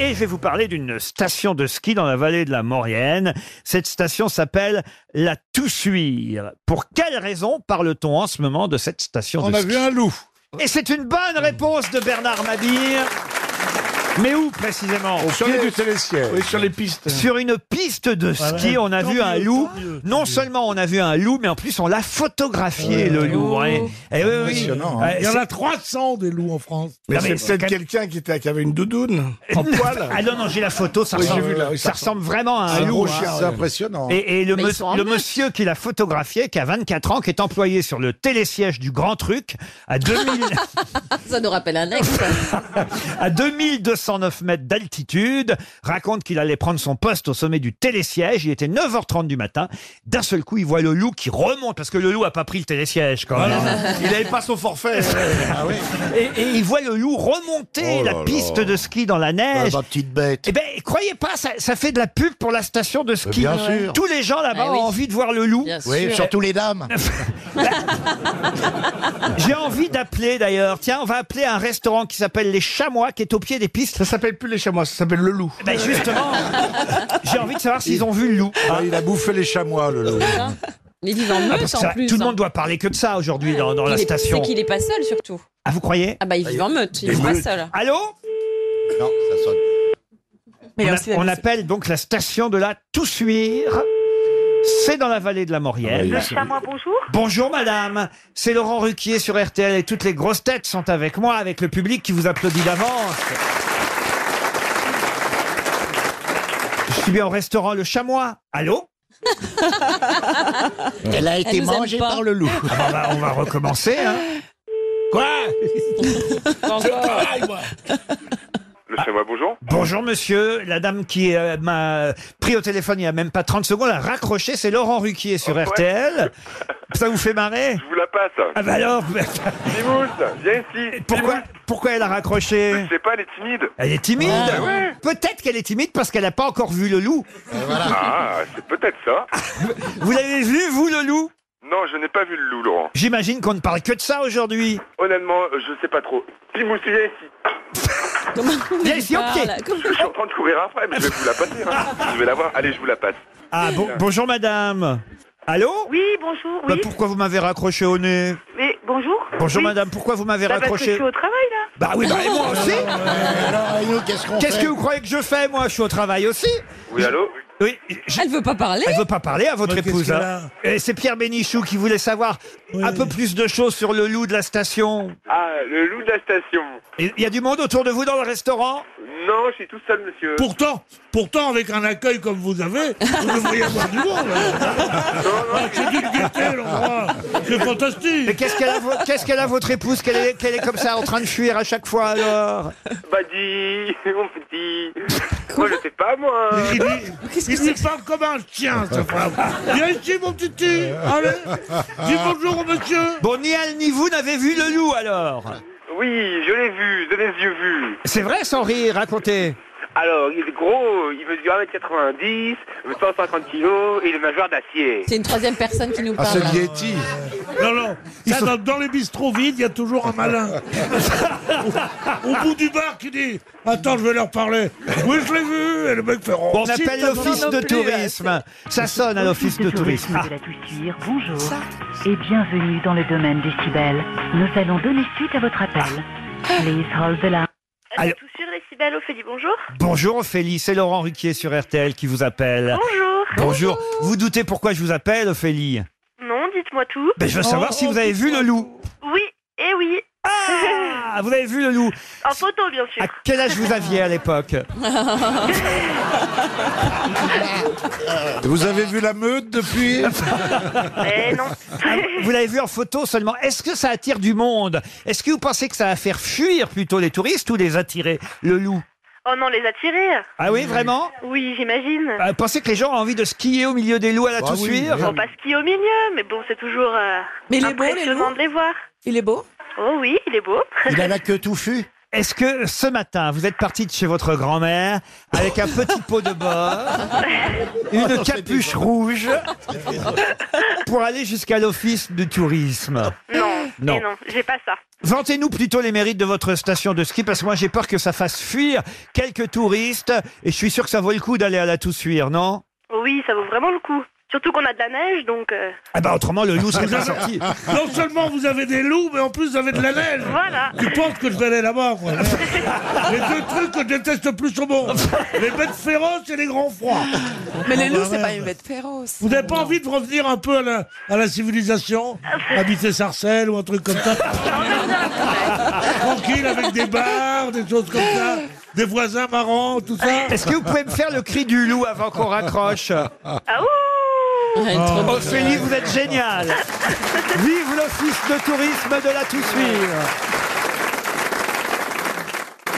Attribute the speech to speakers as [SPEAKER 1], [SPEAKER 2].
[SPEAKER 1] Et je vais vous parler d'une station de ski dans la vallée de la Maurienne. Cette station s'appelle la Toussuire. Pour quelle raison parle-t-on en ce moment de cette station
[SPEAKER 2] On
[SPEAKER 1] de
[SPEAKER 2] a
[SPEAKER 1] ski
[SPEAKER 2] vu un loup.
[SPEAKER 1] Et c'est une bonne réponse de Bernard Mabir. Mais où précisément
[SPEAKER 2] Au pied du télésiège.
[SPEAKER 3] Oui, sur les pistes.
[SPEAKER 1] Sur une piste de
[SPEAKER 2] Ah
[SPEAKER 1] ski, on a vu un loup. Non seulement on a vu un loup, mais en plus on l'a photographié, le loup. ouais. Eh oui, oui.
[SPEAKER 2] Oh. Impressionnant, hein.
[SPEAKER 1] Ouais,
[SPEAKER 4] Il y en a 300 des loups en France.
[SPEAKER 2] Mais
[SPEAKER 1] Non, mais
[SPEAKER 2] c'est peut-être
[SPEAKER 1] quand-
[SPEAKER 2] quelqu'un qui, était, qui avait une doudoune en
[SPEAKER 1] Ah
[SPEAKER 2] poil.
[SPEAKER 1] non, non, j'ai la photo, ça
[SPEAKER 2] Oui, j'ai
[SPEAKER 1] ressemble,
[SPEAKER 2] vu, là, oui,
[SPEAKER 1] ça
[SPEAKER 2] ça Ah.
[SPEAKER 1] ressemble vraiment à un
[SPEAKER 2] Un
[SPEAKER 1] loup.
[SPEAKER 2] gros
[SPEAKER 1] hein.
[SPEAKER 2] chien, c'est impressionnant.
[SPEAKER 1] Et, et le,
[SPEAKER 5] Mais ils
[SPEAKER 1] mons-
[SPEAKER 5] sont en
[SPEAKER 1] le
[SPEAKER 5] masse.
[SPEAKER 1] monsieur qui l'a photographié, qui a 24 ans, qui est employé sur le télésiège du Grand Truc, à, 2000,
[SPEAKER 5] Ça nous rappelle un ex.
[SPEAKER 1] à 2209 mètres d'altitude, raconte qu'il allait prendre son poste au sommet du télésiège. Il était 9h30 du matin. D'un seul coup, il voit le loup qui remonte, parce que le loup a pas pris le télésiège quand même.
[SPEAKER 2] Il avait pas son forfait.
[SPEAKER 5] Ah
[SPEAKER 1] Et, et il voit le loup remonter
[SPEAKER 6] Oh
[SPEAKER 1] la
[SPEAKER 6] là
[SPEAKER 1] piste
[SPEAKER 6] là.
[SPEAKER 1] de ski dans
[SPEAKER 5] Ah,
[SPEAKER 1] la neige.
[SPEAKER 2] Ah,
[SPEAKER 5] bah.
[SPEAKER 2] petite bête.
[SPEAKER 1] Eh ben, croyez pas, ça, ça fait de la pub pour la station de ski.
[SPEAKER 2] bien sûr.
[SPEAKER 1] Tous les gens là-bas
[SPEAKER 5] Ah oui.
[SPEAKER 1] ont envie de voir le loup.
[SPEAKER 5] Bien sûr.
[SPEAKER 2] Oui, surtout les dames.
[SPEAKER 1] J'ai envie d'appeler d'ailleurs. Tiens, on va appeler un restaurant qui s'appelle Les Chamois, qui est au pied des pistes.
[SPEAKER 7] Ah.
[SPEAKER 2] Ça s'appelle plus les chamois, ça s'appelle le loup.
[SPEAKER 1] Ben justement, j'ai envie de savoir s'ils ont vu le loup.
[SPEAKER 2] Ah, il a bouffé les chamois, le loup.
[SPEAKER 7] Mais vivent en meute
[SPEAKER 1] Ah, Parce que
[SPEAKER 7] en
[SPEAKER 1] ça-
[SPEAKER 7] plus.
[SPEAKER 1] tout le
[SPEAKER 7] hein.
[SPEAKER 1] monde doit parler que de ça aujourd'hui dans, dans la
[SPEAKER 7] Il est-
[SPEAKER 1] station.
[SPEAKER 7] C'est qu'il est pas seul surtout.
[SPEAKER 1] Ah, vous croyez
[SPEAKER 7] Ah bah ils vivent en meute, ils
[SPEAKER 2] Des
[SPEAKER 7] sont pas
[SPEAKER 2] meutes.
[SPEAKER 7] seuls.
[SPEAKER 1] Allô
[SPEAKER 2] Non, ça sonne.
[SPEAKER 1] on, a- on appelle donc la station de la Toussuire. C'est dans la vallée de la Maurienne.
[SPEAKER 2] Ah
[SPEAKER 1] Bonjour madame, c'est Laurent Ruquier sur RTL et toutes les grosses têtes sont avec moi, avec le public qui vous applaudit d'avance. Je suis bien au restaurant Le Chamois. Allô
[SPEAKER 2] Elle a
[SPEAKER 7] été Elle nous aime mangée pas. par
[SPEAKER 2] le loup.
[SPEAKER 1] Ah bah, on, va, on va recommencer. hein.
[SPEAKER 2] Quoi
[SPEAKER 3] Le chamois, bonjour.
[SPEAKER 1] Bonjour monsieur, la dame qui euh, m'a pris au téléphone il n'y a même pas 30 secondes a raccroché, c'est Laurent Ruquier sur
[SPEAKER 3] Ouais.
[SPEAKER 1] RTL. Ça vous fait marrer
[SPEAKER 3] Je vous la passe.
[SPEAKER 1] Ah bah alors,
[SPEAKER 3] Dimousse, viens ici.
[SPEAKER 1] pourquoi,
[SPEAKER 3] Dimousse.
[SPEAKER 1] pourquoi elle a
[SPEAKER 3] Je
[SPEAKER 1] raccroché
[SPEAKER 3] sais pas, elle est timide.
[SPEAKER 1] Elle est timide.
[SPEAKER 3] Ah ouais.
[SPEAKER 1] Peut-être qu'elle est timide parce qu'elle n'a pas encore vu le loup.
[SPEAKER 3] Ah, c'est peut-être ça.
[SPEAKER 1] Vous l'avez vu, vous, le loup
[SPEAKER 3] Non, je n'ai pas vu le loup, Laurent.
[SPEAKER 1] J'imagine qu'on ne parle que de ça aujourd'hui.
[SPEAKER 3] Honnêtement, euh, je sais pas trop. Dimousse, viens ici.
[SPEAKER 7] Comment on
[SPEAKER 1] Bien sûr,
[SPEAKER 7] parle
[SPEAKER 1] ok.
[SPEAKER 7] Comment-
[SPEAKER 3] Je suis en train de courir après, mais je vais vous la passer. hein. Je vais la voir. Allez, je vous la passe.
[SPEAKER 1] Ah, bon, bonjour, madame. Allô
[SPEAKER 8] Oui, bonjour,
[SPEAKER 1] Bah,
[SPEAKER 8] oui.
[SPEAKER 1] pourquoi vous m'avez raccroché au nez
[SPEAKER 8] Mais bonjour.
[SPEAKER 1] Bonjour
[SPEAKER 8] Oui.
[SPEAKER 1] madame, pourquoi vous m'avez
[SPEAKER 8] Bah, parce que je
[SPEAKER 1] raccroché
[SPEAKER 8] suis au travail là.
[SPEAKER 1] Bah oui, bah et moi aussi
[SPEAKER 2] Alors, nous, bah. qu'est-ce qu'on
[SPEAKER 1] Qu'est-ce que vous croyez que je fais Moi, je suis au travail aussi
[SPEAKER 3] Oui, allô
[SPEAKER 1] Oui, je-
[SPEAKER 7] Elle veut pas parler
[SPEAKER 1] elle veut pas parler à votre
[SPEAKER 4] Mais qu'est-ce
[SPEAKER 1] épouse.
[SPEAKER 4] qu'elle
[SPEAKER 1] hein. Et c'est Pierre Bénichou qui voulait savoir un peu plus de choses sur le loup de la station.
[SPEAKER 3] Ah, le loup de la station.
[SPEAKER 1] Et Il y a du monde autour de vous dans le restaurant
[SPEAKER 3] Non, je suis tout seul, monsieur.
[SPEAKER 4] Pourtant, pourtant, avec un accueil comme vous avez, vous devriez avoir du monde. Ah, C'est une gaieté, l'endroit. C'est
[SPEAKER 1] Mais
[SPEAKER 4] fantastique.
[SPEAKER 1] qu'est-ce qu'elle a, vo- qu'est-ce qu'elle a votre épouse qu'elle est, qu'elle est comme ça en train de fuir à chaque fois alors
[SPEAKER 3] Bah dis, mon petit. Moi, je sais pas, moi.
[SPEAKER 4] Il, lui- il lui parle comme un chien, sa femme. Viens ici, mon petit petit. Allez, dis bonjour au monsieur.
[SPEAKER 1] Bon, ni elle ni vous n'avez vu le loup alors
[SPEAKER 3] Oui, je l'ai vu, de les yeux vus.
[SPEAKER 1] C'est vrai sans rire, racontez
[SPEAKER 3] Alors, il est gros, il mesure 1m90, 150 kg, et il est majeur d'acier.
[SPEAKER 7] C'est une troisième personne qui nous
[SPEAKER 2] Ah,
[SPEAKER 7] parle.
[SPEAKER 2] c'est le Yeti.
[SPEAKER 4] Non, non. Ça, dans, dans les bistrots vides, il y a toujours un malin. au, au bout du bar qui dit Attends, je vais leur parler. Oui, je l'ai vu. Et le mec fait oh,
[SPEAKER 1] Bon, on
[SPEAKER 4] si,
[SPEAKER 1] appelle
[SPEAKER 4] t'as
[SPEAKER 1] l'office
[SPEAKER 4] vu.
[SPEAKER 1] de tourisme. Ça sonne à l'office de tourisme. Ah,
[SPEAKER 8] de la Toussuire, bonjour. Et bienvenue dans le domaine des Cibelles. Nous allons donner suite à votre appel. Please hold the line.
[SPEAKER 1] Allô
[SPEAKER 8] La Toussuire, les Cibelles, Ophélie, bonjour.
[SPEAKER 1] bonjour Ophélie, c'est Laurent Ruquier sur RTL qui vous appelle.
[SPEAKER 8] Bonjour.
[SPEAKER 1] Bonjour. Vous doutez pourquoi je vous appelle Ophélie
[SPEAKER 8] Non, dites-moi tout.
[SPEAKER 1] ben, Je veux savoir si vous avez vu le loup.
[SPEAKER 8] Oui, eh oui.
[SPEAKER 1] Ah, vous avez vu le loup.
[SPEAKER 8] En photo, bien sûr.
[SPEAKER 1] À quel âge vous aviez à l'époque
[SPEAKER 2] Vous avez vu la meute depuis
[SPEAKER 1] Ah.
[SPEAKER 8] Eh non.
[SPEAKER 1] Vous l'avez vu en photo seulement. Est-ce que ça attire du monde Est-ce que vous pensez que ça va faire fuir plutôt les touristes ou les attirer Le loup.
[SPEAKER 8] oh non, les attirer.
[SPEAKER 1] Ah oui, vraiment
[SPEAKER 8] Oui, j'imagine.
[SPEAKER 1] Euh, Pensez que les gens ont envie de skier au milieu des loups à la
[SPEAKER 2] Bah oui,
[SPEAKER 1] Toussuire
[SPEAKER 2] oui.
[SPEAKER 8] On passe qui au milieu, mais bon, c'est toujours euh,
[SPEAKER 7] Mais il est beau, les
[SPEAKER 8] impressionnant
[SPEAKER 7] loups.
[SPEAKER 8] de les voir.
[SPEAKER 7] Il est beau
[SPEAKER 8] Oh oui, il est beau.
[SPEAKER 2] Il a la queue touffue.
[SPEAKER 1] Est-ce que ce matin, vous êtes parti de chez votre grand-mère avec un petit pot de bord, une capuche rouge, pour aller jusqu'à l'office du tourisme
[SPEAKER 8] Non,
[SPEAKER 1] Non.
[SPEAKER 6] Et non, j'ai pas ça.
[SPEAKER 1] Vantez-nous plutôt les mérites de votre station de ski, parce que moi j'ai peur que ça fasse fuir quelques touristes, et je suis sûr que ça vaut le coup d'aller à la Toussuire, non
[SPEAKER 8] Oh
[SPEAKER 6] Oui, ça vaut vraiment le coup. Surtout qu'on a de la neige, donc euh,
[SPEAKER 1] Ah bah autrement le loup serait pas sorti.
[SPEAKER 4] Non seulement vous avez des loups, mais en plus vous avez de la neige.
[SPEAKER 6] voilà.
[SPEAKER 4] Tu penses que je vais aller là-bas, moi Les deux trucs que je déteste le plus au monde les bêtes féroces et les grands froids.
[SPEAKER 7] Mais les
[SPEAKER 1] Ah,
[SPEAKER 7] loups, c'est
[SPEAKER 4] ouais,
[SPEAKER 7] pas
[SPEAKER 4] ouais.
[SPEAKER 7] une bête féroce.
[SPEAKER 4] Vous n'avez pas envie de revenir un peu à la, à la civilisation Habiter Sarcelles ou un truc comme ça Tranquille, avec des bars, des choses comme ça, des voisins marrants, tout ça
[SPEAKER 1] Est-ce que vous pouvez me faire le cri du loup avant qu'on raccroche
[SPEAKER 6] Ah ouh
[SPEAKER 7] Ah, elle est trop bonne.
[SPEAKER 1] Ophélie, vous êtes génial Vive l'office de tourisme de la Toussuire